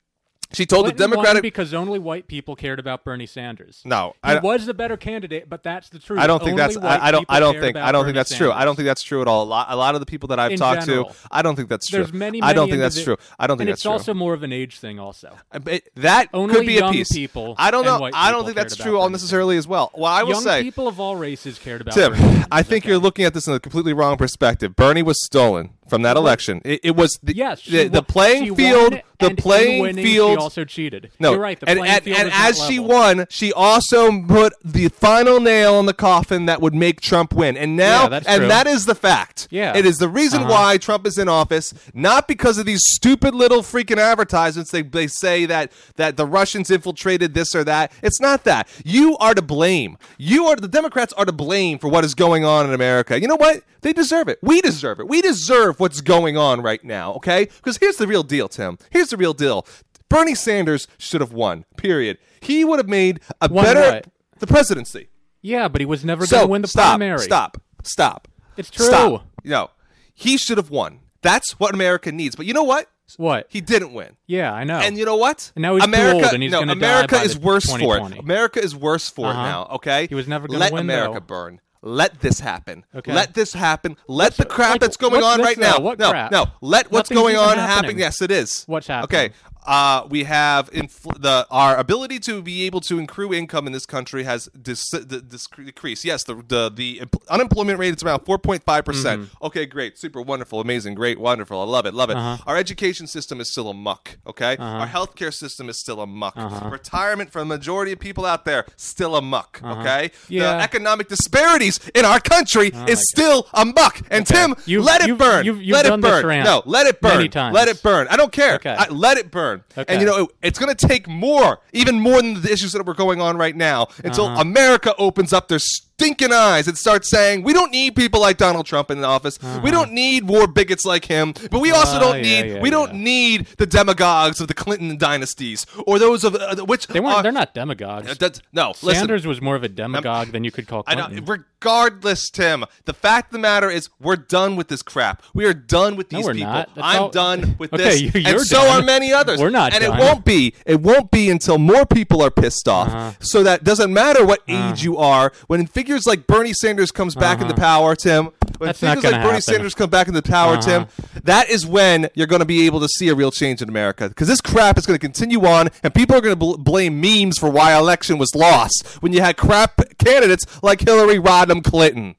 She told
Clinton
the Democratic.
won because only white people cared about Bernie Sanders.
No,
he
I-
was the better candidate, but that's the truth.
I don't think
Only
that's.
white
I, I don't.
people
I don't
cared
think.
about
I don't
Bernie
think that's
Sanders.
true. I don't think that's true at all. A lot. A lot of the people that I've
In
talked
general.
to. I don't think that's true.
There's many,
I don't
many
think that's
individ-
true. I don't think
and
that's
it's
true.
also more of an age thing, also.
I bet- that
Only
could be a
young
piece.
people
I don't
and
know.
white
I don't
people
think that's
cared about
true all
Bernie
necessarily as well. Well, I will
Young
say,
people of all races cared about
Tim,
Bernie Sanders.
I think
okay?
you're looking at this in a completely wrong perspective. Bernie was stolen. from that election. It, it was the,
Yes, she
the, the
won- she
playing
won,
field, the
and in
playing
winning, She
field.
also cheated.
no,
you're right. The
and
playing
and,
field
and
is not
as she
level.
won, she also put the final nail in the coffin that would make Trump win. And now,
Yeah, that's
and
true.
that is the fact.
Yeah. Uh-huh.
it is the reason why Trump is in office, not because of these stupid little freaking advertisements. They they say that that the Russians infiltrated this or that. It's not that. You are to blame. You are the Democrats are to blame for what is going on in America. You know what? They deserve it. We deserve it. We deserve what's going on right now. Okay, because here's the real deal, Tim. Here's the real deal. Bernie Sanders should have won. Period. He would have made a
Won
better
what?
the presidency.
Yeah, but he was never
So
going to win the
stop,
primary.
Stop. Stop.
It's true.
Stop. No, he should have won. That's what America needs. But you know what?
What?
He didn't win.
yeah, I know.
And you know what?
And now he's too
America,
old and he's
no,
gonna die
America
by
is
the
worse for it.
2020.
America is worse for it now. Okay,
He was never gonna
let
win,
America
though.
burn. Let this happen.
Okay.
Let this happen. Let the crap
like,
that's going
what's
on
this,
right
though?
now.
What
no,
crap?
no. Let what's
Nothing's
going
even
on happen.
happening.
Yes, it is.
What's
Okay.
happening?
Uh, we have infl- the our ability to be able to accrue income in this country has dis- d- dis- decreased. Yes, the the, the em- unemployment rate is around four point five percent.
Mm-hmm.
Okay, great, super, wonderful, amazing, great, wonderful. I love it, love it.
Uh-huh.
Our education system is still a muck. Okay, our healthcare system is still a muck.
Uh-huh.
Retirement for the majority of people out there still a muck. Okay,
Uh-huh. Yeah. Oh
the economic disparities in our country is still a muck. And Tim,
You've-
let it
you've-
burn.
you've- you've
let
done
it
this
burn.
rant
no, let it burn.
many times.
Let it burn. I don't care.
Okay.
I- let it burn.
Okay.
And you know, it- it's going to take more, even more than the issues that were going on right now, until
Uh-huh.
America opens up their stinking eyes and starts saying, we don't need people like Donald Trump in office. We don't need war bigots like him. But we also
Ah,
don't
Uh-huh. yeah,
need
yeah,
we don't
yeah.
need the demagogues of the Clinton dynasties or those of uh, which
they weren't.
are-
they're not demagogues.
that's- no, listen.
Sanders was more of a demagogue than you could call
I
Clinton.
don't, regardless, Tim, the fact of the matter is we're done with this crap. We are done with these
we're
people.
not. That's
I'm
all-
done with
Okay,
this.
you-
and
you're
so
done.
are many others.
We're not
And
done.
it won't be it won't be until more people are pissed off.
Uh-huh.
So that doesn't matter what age you are, when figures like Bernie Sanders comes back into power, Tim, when
Uh-huh. That's not
figures like
gonna
Bernie
happen. Uh-huh.
Sanders come back into power, Tim, that is when you're going to be able to see a real change in America because this crap is going to continue on and people are going to bl- blame memes for why election was lost when you had crap candidates like Hillary Rodham Clinton.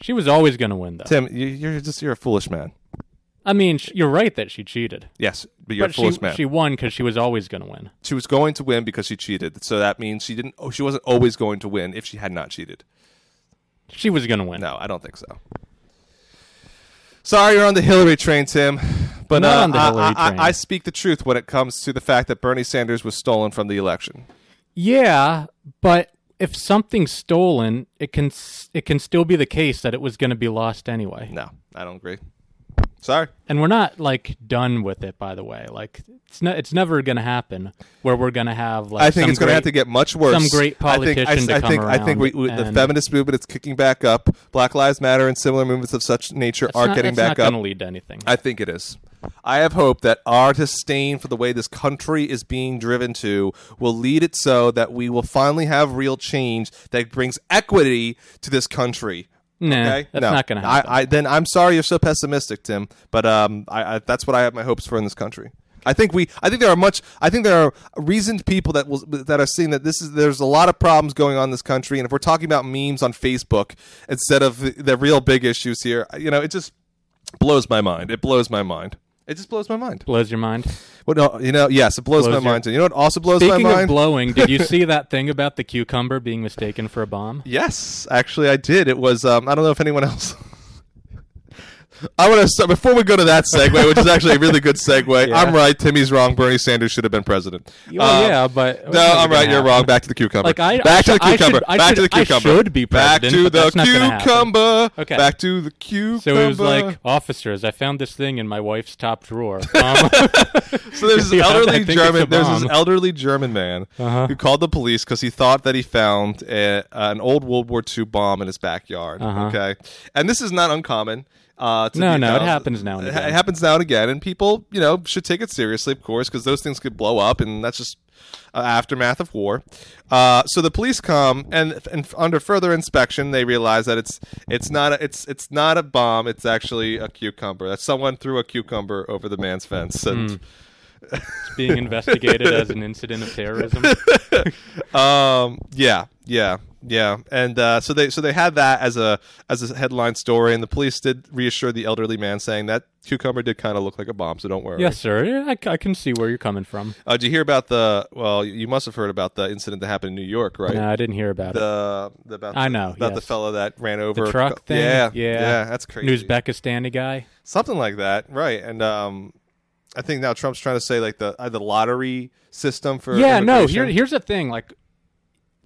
she was always going to win, though.
Tim, you, you're just you're a foolish man.
I mean, sh- you're right that she cheated,
Yes, but you're
but
a foolish
she
man.
she won because she was always going to win.
she was going to win because she cheated. So that means she didn't. Oh, she wasn't always going to win if she had not cheated.
She was going to win.
No, I don't think so. Sorry, you're on the Hillary train, Tim. But
Not
uh,
on the
I-
Hillary
I, I,
train.
I speak the truth when it comes to the fact that Bernie Sanders was stolen from the election.
Yeah, but if something's stolen, it can s- it can still be the case that it was going to be lost anyway.
No, I don't agree. Sorry.
and we're not like done with it by the way like it's ne- it's never going to happen where we're going to have like
I think
some
it's going to
great-
have to get much worse.
some great
I
politician
think,
to
I,
come
think, I think we,
around
we, the
and-
feminist movement is kicking back up. Black Lives Matter and similar movements of such nature
it's
are
not-
getting
that's
back
not
up.
going to lead to anything
I think it is. I have hope that our disdain for the way this country is being driven to will lead it so that we will finally have real change that brings equity to this country.
Nah,
okay?
that's
No.
not going to happen
I, I then I'm sorry you're so pessimistic, Tim, but um, I, I, that's what I have my hopes for in this country. I think we, I think there are much, I think there are reasoned people that will that are seeing that this is there's a lot of problems going on in this country, and if we're talking about memes on Facebook instead of the, the real big issues here, you know, it just blows my mind. It blows my mind. It just blows my mind.
blows your mind
Well, no, you know, yes, it blows,
Blows
my
your-
mind. Too. You know what also blows
speaking
my mind?
of blowing did you see that thing about the cucumber being mistaken for a
Uh,
bomb
Yes, actually, I did. It was. Um, I don't know if anyone else. I want to start before we go to that segue, which is actually a really good segue.
Yeah.
I'm right. Timmy's wrong. Bernie Sanders should have been president.
Well,
Um,
yeah but
No, I'm right. You're wrong. Back to the cucumber.
Like, I-
back to the
I should- I should-
cucumber.
I
back to the
should- I
cucumber.
should be
back
president,
to
but
the
that's not gonna happen.
cucumber.
Okay.
Back to the cucumber.
so it was like officers i found this thing in my wife's top drawer um,
So there's this
Yeah, I
elderly
think it's a
German. There's this
bomb. Uh-huh.
elderly German man who called the police because he thought that he found a, an old World War II bomb in his backyard. Okay, and this is not uncommon. Uh, to
Uh-huh. No,
be
no, it
found.
happens now and
It, ha-
again.
it happens now and again, and people, you know, should take it seriously, of course, because those things could blow up, and that's just uh, aftermath of war. Uh, so the police come, and, and under further inspection, they realize that it's it's not a, it's it's not a bomb. It's actually a cucumber. That someone threw a cucumber over the man's fence, and.
Hmm. being investigated as an incident of terrorism
Um, yeah, Yeah, yeah, and uh, so they so they had that as a as a headline story, and the police did reassure the elderly man, saying that cucumber did kind of look like a bomb, so don't worry.
Yes, sir. Yeah, I, c- I can see where you're coming from.
Uh, did you hear about the? Well, you must have heard about the incident that happened in New York, right?
No, I didn't hear about it.
The, the about
I
the-
know,
about the
yes.
fellow that ran over
truck thing?
Yeah,
Yeah.
that's crazy.
An Uzbekistani guy.
something like that, right? And um, I think now Trump's trying to say like the uh, the lottery system for
yeah no here,
immigration.
here's the thing like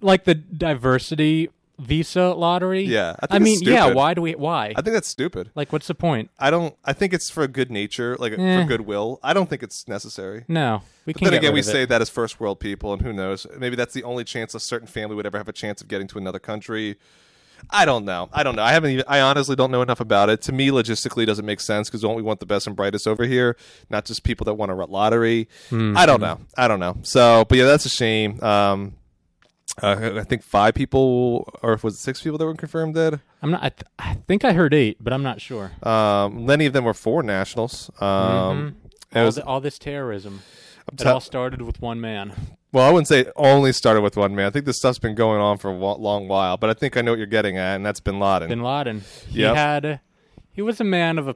like the diversity visa lottery
Yeah, I think
i
it's
mean yeah
stupid.
why do we why
I think that's stupid.
like what's the point
I don't. I think it's for good nature, like
Eh.
for goodwill. I don't think it's necessary.
no we
Then
can't get
again,
rid
we
of it.
say that as first world people, and who knows? Maybe that's the only chance a certain family would ever have a chance of getting to another country. I don't know. I don't know. I haven't. Even, I honestly don't know enough about it. To me, logistically, it doesn't make sense because don't we want the best and brightest over here, not just people that want to rut lottery?
Hmm.
I don't know. I don't know. So, but yeah, that's a shame. Um, uh, I think five people, or was it six people that were confirmed dead?
i'm not I, th- I think i heard eight but i'm not sure
Um, many of them were foreign nationals. Um, it
Mm-hmm. all,
was-
th- all this terrorism it
tell-
all started with one man
Well, I wouldn't say it only started with one man. I think this stuff's been going on for a wa- long while, but I think I know what you're getting at, and that's Bin Laden.
bin laden he
Yep.
had he was a man of a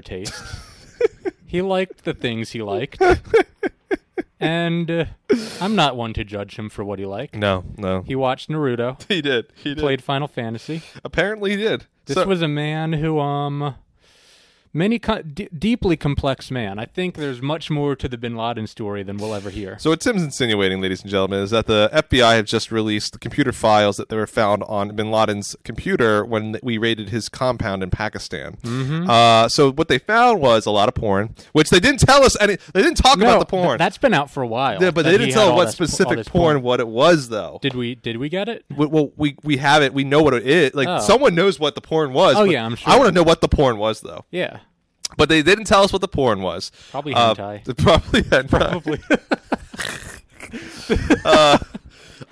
taste he liked the things he liked and uh, i'm not one to judge him for what he liked
no, no,
he watched naruto
he did. He did.
played Final Fantasy.
Apparently, he did.
This
So-
was a man who, um, many co- d- deeply complex man. I think there's much more to the Bin Laden story than we'll ever hear.
So what Tim's insinuating, ladies and gentlemen, is that the FBI had just released the computer files that they were found on Bin Laden's computer when we raided his compound in Pakistan.
Mm-hmm.
Uh, so what they found was a lot of porn, which they didn't tell us any. They didn't talk about the
th-
porn.
that's been out for a while.
yeah, but
that
they
he
didn't
had
tell
all
what
this po- all
specific
this
porn, what it was though.
Did we? Did we get it?
We- well we we have it we know what it is like
Oh.
someone knows what the porn was
Oh,
but
yeah, I'm
i
sure.
want to know what the porn was though
Yeah,
but they didn't tell us what the porn was
Probably
Uh,
hentai.
probably hentai.
probably.
uh,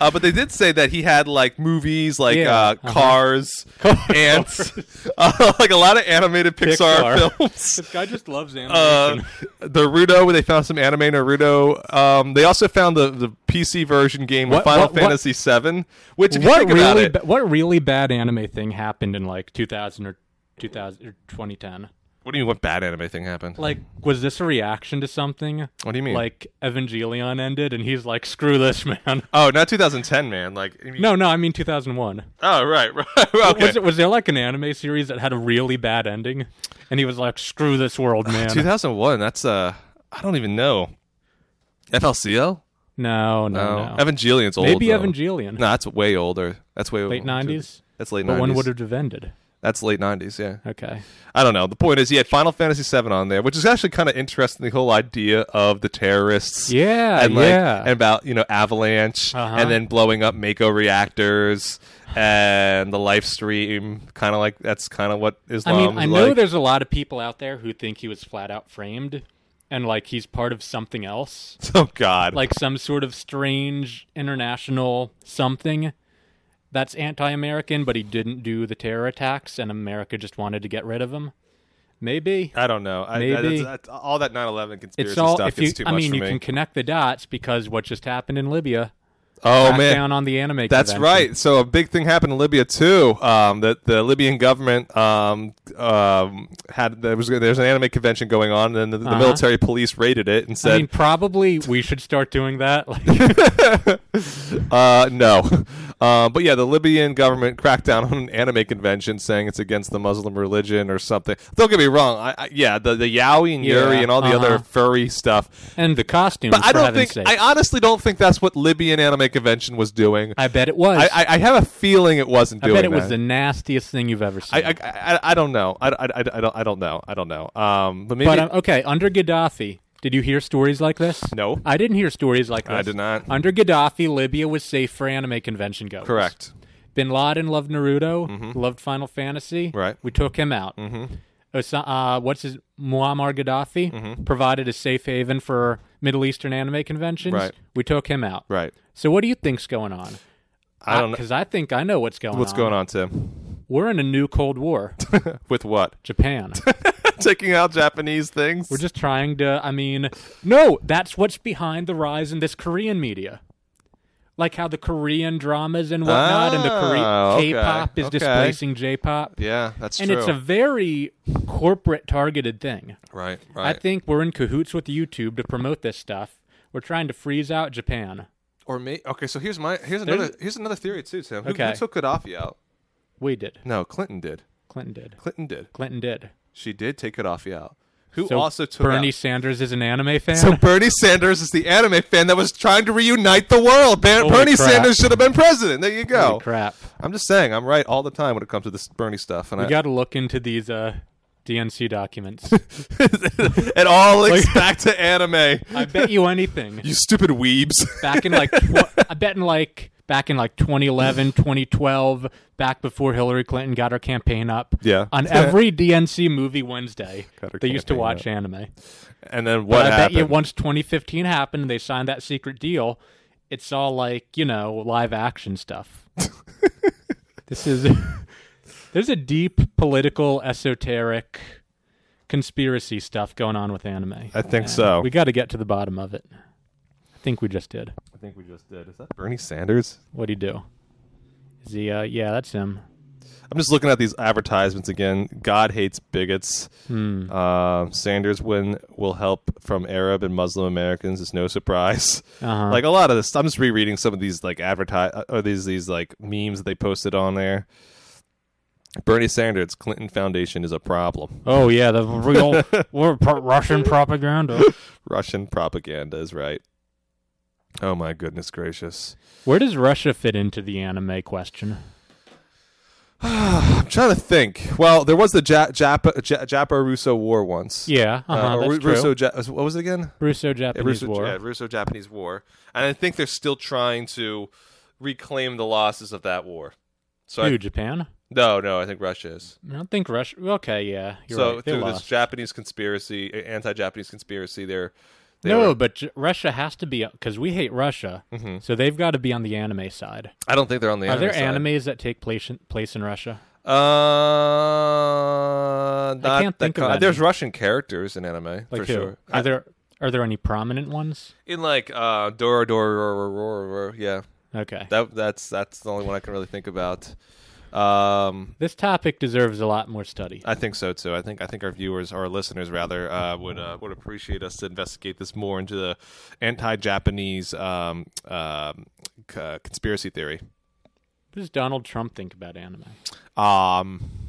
uh, but they did say that he had like movies like
Yeah,
uh,
uh-huh.
cars ants uh, like a lot of animated pixar,
Pixar.
films
this guy just loves
uh,
animation.
the Naruto, where they found some anime Naruto. Um, they also found the, the PC version game of
What-
Final
what- what-
Fantasy VII, which if you
what
think about
really?
it-
Ba- what really bad anime thing happened in like 2000 or 2000 or 2010?
what do you mean? What bad anime thing happened?
Like, was this a reaction to something?
What do you mean?
Like Evangelion ended, and he's like, "Screw this, man."
Oh, not 2010, man. Like, I mean-
No, no, I mean 2001.
Oh, right, right. okay.
Was, it, was there like an anime series that had a really bad ending? And he was like, screw this world, man.
2001. That's uh, I don't even know. FLCL.
No, no,
No,
Oh, no.
Evangelion's Oh, old.
Maybe
though.
Evangelion.
No, that's way older. That's way
Late 90s?
That's late
But
90s.
one would have ended.
That's late 90s. Yeah.
Okay.
I don't know. The point is, he had Final Fantasy VII on there, which is actually kind of interesting. The whole idea of the terrorists.
Yeah,
And like,
yeah.
and about you know avalanche,
Uh-huh.
and then blowing up Mako reactors and the live stream. Kind of like that's kind of what
I
Islam.
mean, I
is
know
like.
there's a lot of people out there who think he was flat out framed and like he's part of something else,
Oh God.
like some sort of strange international something that's anti American, but he didn't do the terror attacks and America just wanted to get rid of him. Maybe.
I don't know. I,
Maybe.
I, that's, that's, all that 9/11 conspiracy
it's all
stuff
if you
gets too
i
much
mean
for
you
me.
can connect the dots because what just happened in libya
oh
back
man,
down on the anime
that's
convention.
right. So a big thing happened in Libya too. Um, that the Libyan government um, um, had there was there's an anime convention going on, and the, the
Uh-huh.
military police raided it and
i
said,
mean probably we should start doing that like
uh, no. Uh, but yeah, the Libyan government cracked down on an anime convention, saying it's against the Muslim religion or something. Don't get me wrong. I, I, yeah, the the yaoi and
Yeah,
yuri and all the other
uh-huh.
furry stuff.
and the costumes
But I
for
don't
heaven's
think
sake.
I honestly don't think that's what Libyan anime convention was doing.
I bet it was
I, I, I have a feeling it wasn't
I
doing
bet it was
that.
the nastiest thing you've ever seen
I, I, I, I don't know. I, I, I, I don't I don't know. I don't know. Um, but maybe
but um, okay under gaddafi did you hear stories like this
No.
i didn't hear stories like this
I did not.
under gaddafi libya was safe for anime convention goers
correct. Mm-hmm.
bin laden loved naruto loved final fantasy
Right. Mm. Mm-hmm.
we took him out Osa- uh, what's his Muammar Gaddafi
Mm-hmm.
provided a safe haven for Middle Eastern anime conventions.
Right.
We took him out.
Right.
So what do you think's going on?
I don't know
because I think I know what's going
what's
Ah, on.
going on, Tim.
We're in a new Cold War.
With what
Japan.
taking out Japanese things?
We're just trying to. I mean, no, that's what's behind the rise in this Korean media. like how the Korean dramas and whatnot and the
Ah, okay,
Korean K-pop is
okay.
displacing J-pop,
Yeah, that's
and
true.
it's a very corporate targeted thing.
right, right.
I think we're in cahoots with YouTube to promote this stuff. We're trying to freeze out Japan.
or may okay. So here's my here's another here's another theory too, Tim. Who, who
Okay.
took Gaddafi out?
We did.
No, Clinton did.
Clinton did.
Clinton did.
Clinton did.
She did take Gaddafi out. Who
So
also took
Bernie
out-
Sanders is an anime fan.
So Bernie Sanders is the anime fan that was trying to reunite the world. Ber-
Holy
Bernie
crap.
Sanders should have been president. There you go.
Holy crap.
I'm just saying, I'm right all the time when it comes to this Bernie stuff, and
We
I,
got to look into these uh, DNC documents.
it all links back to anime.
I bet you anything.
You stupid weebs.
Back in like, tw- I bet in like back in like 2011, 2012, back before Hillary Clinton got her campaign up.
Yeah.
On every DNC movie Wednesday,
Got her
they used to
campaign
watch anime.
and then
But
what
I bet
happened?
you once 2015 happened and they signed that secret deal, it's all like, you know, live action stuff. this is there's a deep political esoteric conspiracy stuff going on with anime.
I think so.
We got to get to the bottom of it. I think we just did.
I think we just did. Is that Bernie Sanders?
What'd he do? Is he uh yeah, that's him.
I'm just looking at these advertisements again. God hates bigots. Um, Sanders win will help from Arab and Muslim Americans. It's no surprise.
Uh-huh.
Like a lot of this, I'm just rereading some of these like advertise or these these like memes that they posted on there. Bernie Sanders, Clinton Foundation is a problem.
Oh yeah, the real we're pro- Russian propaganda.
Russian propaganda is right. Oh my goodness gracious!
Where does Russia fit into the anime question?
I'm trying to think. Well, there was the ja- Japa ja- Japa Russo War once.
Yeah, uh-huh,
Uh,
that's true.
Russo. Ja- what was it again? Yeah,
Russo-Japanese
Russo-
War.
Yeah, Russo-Japanese War, and I think they're still trying to reclaim the losses of that war. So
Who,
I,
Japan?
no, no, I think Russia is.
I don't think Russia. Okay, yeah, you're
so
right. They
through
lost.
this Japanese conspiracy, uh, anti-Japanese conspiracy, they're they
no,
were-
but J- Russia has to be because we hate Russia, so they've got to be on the anime side.
I don't think they're on the.
Are there
side.
animes that take place in, place in Russia?
Uh, not
can't
that
think of
kind-
any.
There's Russian characters in anime
Like
for
who?
sure.
Are there are there any prominent ones?
In like uh, Dora Dora Dora Dora, Dora, yeah.
Okay,
That that's that's the only one I can really think about. Um,
this topic deserves a lot more study.
I think so too. I think I think our viewers, our listeners rather, uh, would uh, would appreciate us to investigate this more into the anti-Japanese um, um, c- uh, conspiracy theory.
What does Donald Trump think about anime?
Um,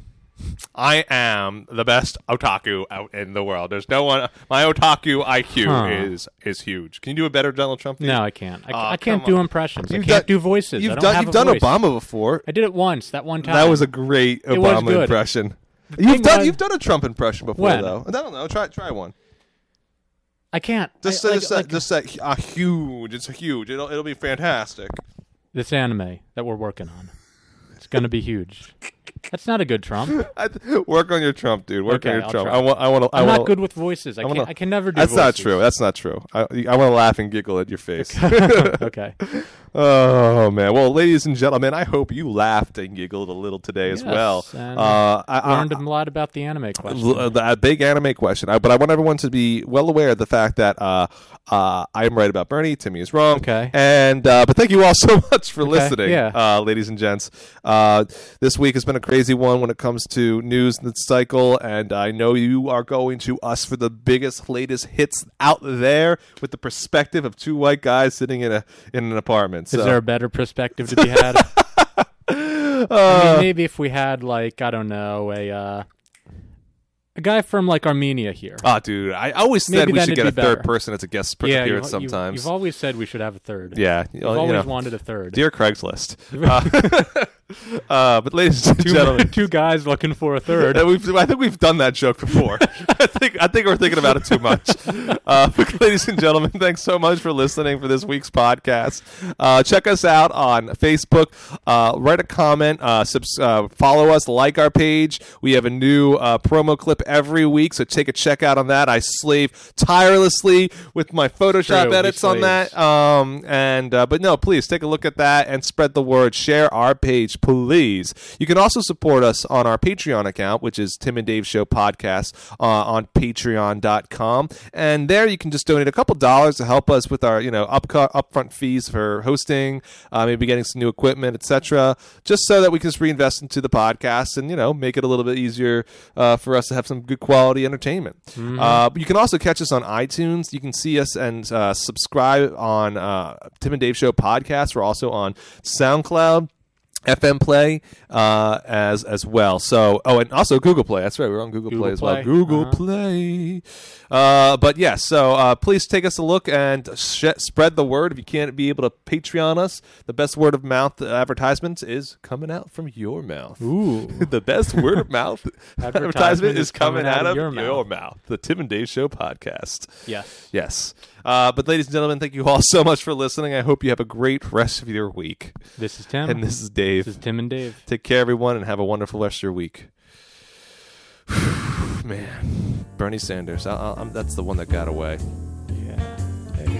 I am the best otaku out in the world. There's no one. My otaku IQ
Huh.
is is huge. Can you do a better Donald Trump?
No, I can't. I,
Aw,
I can't
come
do
on.
impressions. I
You've
can't
done-
do voices. I
You've
don't
done
have a
you've done
voice.
Obama before.
I did it once. That one time.
That was a great
It was
Obama
good.
impression. You've
thing
done
was-
you've done a Trump impression before
When?
though. I don't know. Try try one.
I can't.
Just
I, like-
just that,
like-
just that uh, huge. It's huge. It'll it'll be fantastic.
this anime that we're working on. It's gonna be huge. That's not a good Trump.
I, work on your Trump, dude. Work
Okay,
on your
I'll
Trump.
try.
I want I want to.
I'm
wanna,
not good with voices. I,
I
can't,
wanna-
I can never do
That's not
voices.
true. That's not true. I I want to laugh and giggle at your face.
okay.
Oh man! Well, ladies and gentlemen, I hope you laughed and giggled a little today as
Yes,
well.
and
uh, I, I,
Learned a lot about the anime question.
l- that big anime question, I, but I want everyone to be well aware of the fact that uh, uh, I'm right about Bernie, Timmy is wrong.
Okay.
And uh, but thank you all so much for listening,
yeah.
uh, ladies and gents. Uh, this week has been a crazy one when it comes to news and its cycle, and I know you are going to us for the biggest, latest hits out there with the perspective of two white guys sitting in a in an apartment.
Is
so.
there a better perspective to be had?
uh,
I mean, maybe if we had like I don't know a uh, a guy from like Armenia here.
Ah, dude, I always said
Maybe
we should
that'd
get
be
a third
better.
person as a guest per-
yeah,
appearance
you,
sometimes.
You, have always said we should have a third.
yeah,
You've always wanted a third.
dear Craigslist. Uh, uh, but ladies and
two,
gentlemen,
two guys looking for a third.
that we've- I think we've done that joke before. I think I think we're thinking about it too much. Uh, but ladies and gentlemen, thanks so much for listening for this week's podcast. Uh, check us out on Facebook. Uh, write a comment. Uh, subs- uh, follow us. Like our page. We have a new uh, promo clip every week, so take a check out on that. I slave tirelessly with my Photoshop
true, he
edits on
slaves.
that. Um, and uh, but no, please take a look at that and spread the word. Share our page. please. You can also support us on our Patreon account, which is Tim and Dave Show Podcast uh, on patreon.com. And there you can just donate a couple dollars to help us with our, you know, up, upfront fees for hosting, uh, maybe getting some new equipment, etc. Just so that we can just reinvest into the podcast and, you know, make it a little bit easier uh, for us to have some good quality entertainment.
Mm-hmm.
Uh, but you can also catch us on iTunes. You can see us and uh, subscribe on uh, Tim and Dave Show Podcast. We're also on SoundCloud. FM Play uh, as as well. So oh, and also Google Play. That's right, we're on Google, Play as well.
Play.
Google
Uh-huh.
Play. Uh, but yeah, so uh, please take us a look and sh- spread the word. If you can't be able to Patreon us, the best word of mouth advertisements is coming out from your mouth.
Ooh.
the best word of mouth advertisement,
Advertisement
is coming, out, of your, mouth. The Tim and Dave Show podcast.
yes.
Yes. Uh, but, ladies and gentlemen, thank you all so much for listening. I hope you have a great rest of your week.
This is Tim.
And this is Dave.
this is Tim and Dave.
Take care, everyone, and have a wonderful rest of your week. Man, Bernie Sanders. I, I, I'm, that's the one that got away.
Yeah.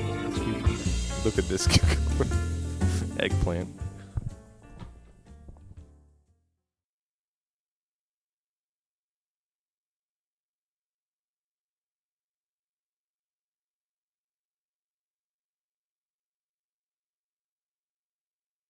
Look at this cucumber. eggplant.